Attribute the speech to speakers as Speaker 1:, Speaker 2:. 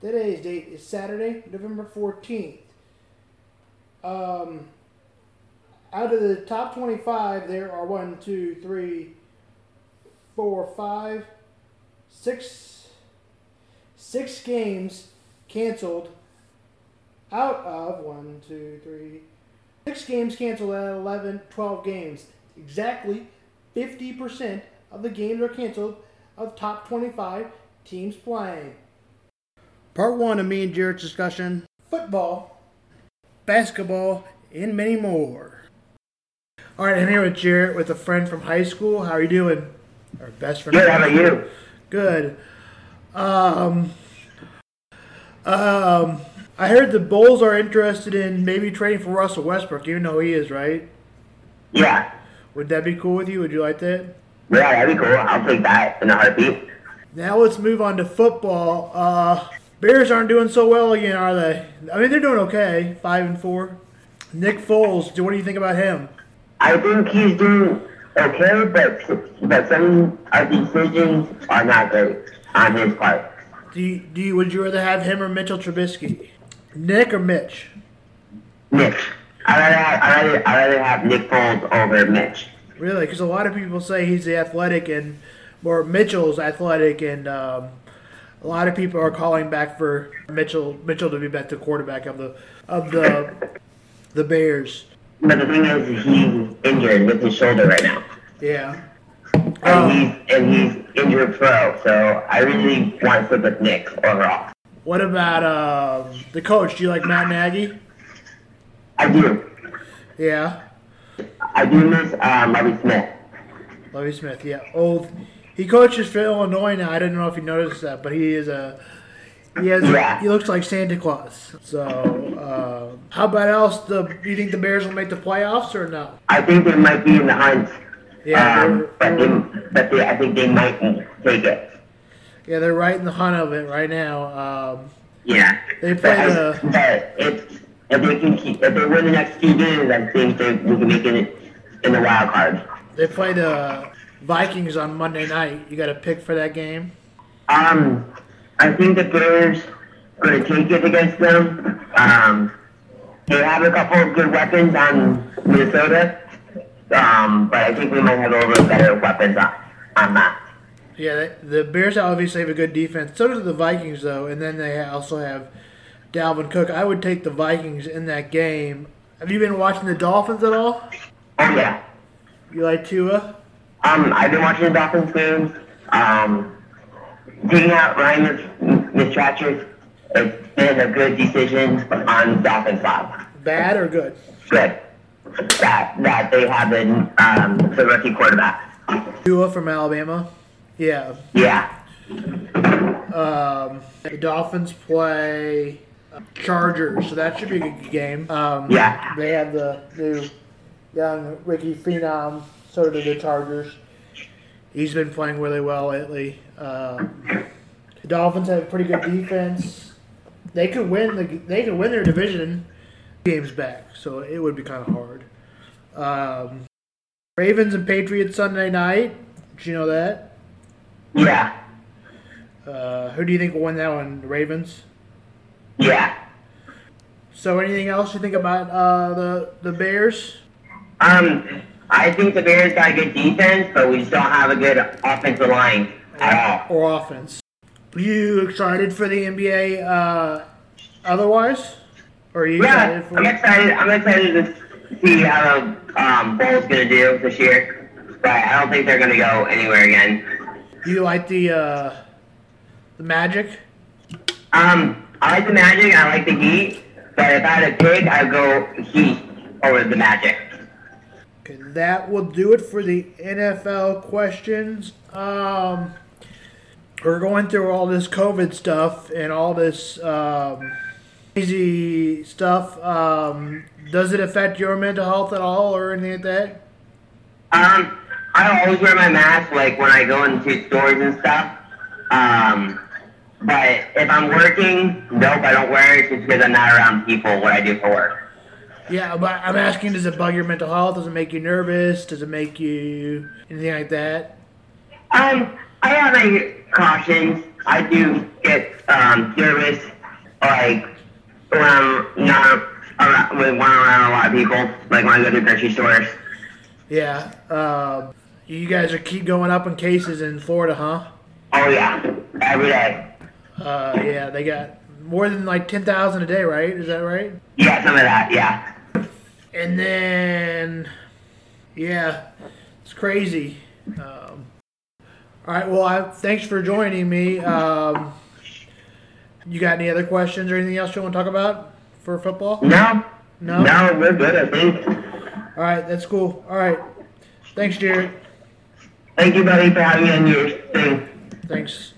Speaker 1: Today's date is Saturday, November 14th. Um, out of the top 25, there are one, two, three, four, five, six, six games canceled out of one, two, three, six games canceled out of 11, 12 games. Exactly 50% of the games are canceled of top 25 teams playing. Part one of me and Jared's discussion football, basketball, and many more. All right, I'm here with Jarrett with a friend from high school. How are you doing? Our best friend.
Speaker 2: Good, how about you?
Speaker 1: Good. Um, um, I heard the Bulls are interested in maybe trading for Russell Westbrook. You know he is, right?
Speaker 2: Yeah.
Speaker 1: Would that be cool with you? Would you like that?
Speaker 2: Yeah, that'd be cool. I'll take that in a heartbeat.
Speaker 1: Now let's move on to football. Uh, Bears aren't doing so well again, are they? I mean, they're doing okay, five and four. Nick Foles, do- what do you think about him?
Speaker 2: I think he's doing okay, but but some of the decisions are not great on his part.
Speaker 1: Do you, do you, would you rather have him or Mitchell Trubisky? Nick or Mitch?
Speaker 2: Nick, I rather have, I rather, I rather have Nick Foles over Mitch.
Speaker 1: Really? Because a lot of people say he's the athletic and or Mitchell's athletic, and um, a lot of people are calling back for Mitchell Mitchell to be back the quarterback of the of the the Bears.
Speaker 2: But the thing is, he's injured with his shoulder right now,
Speaker 1: Yeah.
Speaker 2: and
Speaker 1: Um,
Speaker 2: he's and he's injured pro. So I really want to put Nick overall.
Speaker 1: what about uh, the coach? Do you like Matt Nagy?
Speaker 2: I do.
Speaker 1: Yeah.
Speaker 2: I do miss uh, Bobby Smith.
Speaker 1: Lovey Smith, yeah, old. He coaches for Illinois now. I didn't know if you noticed that, but he is a he has
Speaker 2: Yeah.
Speaker 1: he looks like Santa Claus. So uh, how about else? The you think the Bears will make the playoffs or no?
Speaker 2: I think they might be in the hunt.
Speaker 1: Yeah,
Speaker 2: um,
Speaker 1: they're-
Speaker 2: but they, but they, I think they might take it.
Speaker 1: Yeah, they're right in the hunt of it right now. Um,
Speaker 2: Yeah.
Speaker 1: They
Speaker 2: But
Speaker 1: play
Speaker 2: I-
Speaker 1: the-
Speaker 2: But if if they can keep if they win the next few games, I think they we can make it in the wild card.
Speaker 1: they play the Vikings on Monday night. You got a pick for that game?
Speaker 2: Um, I think the Bears going to take it against them. Um, they have a couple of good weapons on Minnesota. Um, but I think we might have a little bit better weapons on on that.
Speaker 1: Yeah, the the Bears obviously have a good defense. So do the Vikings, though, and then they also have Dalvin Cook. I would take the Vikings in that game. Have you been watching the Dolphins at all?
Speaker 2: Oh yeah.
Speaker 1: You like Tua?
Speaker 2: Um, I've been watching the Dolphins games. Um, digging out Ryan Mistrachus. It's been a good decision on Dolphins' side.
Speaker 1: Bad or good?
Speaker 2: Good. That that they have in um, the rookie quarterback.
Speaker 1: Tua from Alabama. Yeah.
Speaker 2: Yeah.
Speaker 1: Um, the Dolphins play uh, Chargers, so that should be a good game. Um,
Speaker 2: Yeah.
Speaker 1: They have the new young Ricky Phenom, so do the Chargers. He's been playing really well lately. Um, the Dolphins have a pretty good defense. They could win the they could win their division games back, so it would be kind of hard. Um, Ravens and Patriots Sunday night. Did you know that?
Speaker 2: Yeah.
Speaker 1: Uh, who do you think will win that one? The Ravens.
Speaker 2: Yeah.
Speaker 1: So, anything else you think about uh, the the Bears?
Speaker 2: Um, I think the Bears got a good defense, but we just don't have a good offensive line at all.
Speaker 1: or offense? You excited for the NBA? Uh, otherwise, or are you
Speaker 2: Yeah,
Speaker 1: excited
Speaker 2: I'm
Speaker 1: for?
Speaker 2: excited. I'm excited to see how the um, Bulls gonna do this year, but I don't think they're gonna go anywhere again.
Speaker 1: Do you like the uh, the Magic?
Speaker 2: Um, I like the Magic. I like the Heat. But if I had to pick, I'd go Heat over the Magic.
Speaker 1: Okay, that will do it for the NFL questions. Um, we're going through all this COVID stuff and all this um, crazy stuff. Um, does it affect your mental health at all or anything like that?
Speaker 2: Um, I always wear my mask like when I go into stores and stuff. Um, but if I'm working, nope, I don't wear it just because I'm not around people. What I do for work.
Speaker 1: Yeah, but I'm asking, does it bug your mental health? Does it make you nervous? Does it make you anything like that?
Speaker 2: Um, I have my cautions. I do get um, nervous like when I'm not around, when I'm around a lot of people, like when I go to grocery stores.
Speaker 1: Yeah. Uh, you guys are keep going up in cases in Florida, huh?
Speaker 2: Oh yeah, every day.
Speaker 1: Uh, yeah, they got more than like 10,000 a day, right? Is that right?
Speaker 2: Yeah, some of that. Yeah.
Speaker 1: And then, yeah, it's crazy. Um, all right. Well, I, thanks for joining me. Um, you got any other questions or anything else you want to talk about for football?
Speaker 2: No.
Speaker 1: No?
Speaker 2: No, we're good. I think.
Speaker 1: All right. That's cool. All right. Thanks, Jared.
Speaker 2: Thank you, buddy, for having me on your thing.
Speaker 1: Thanks.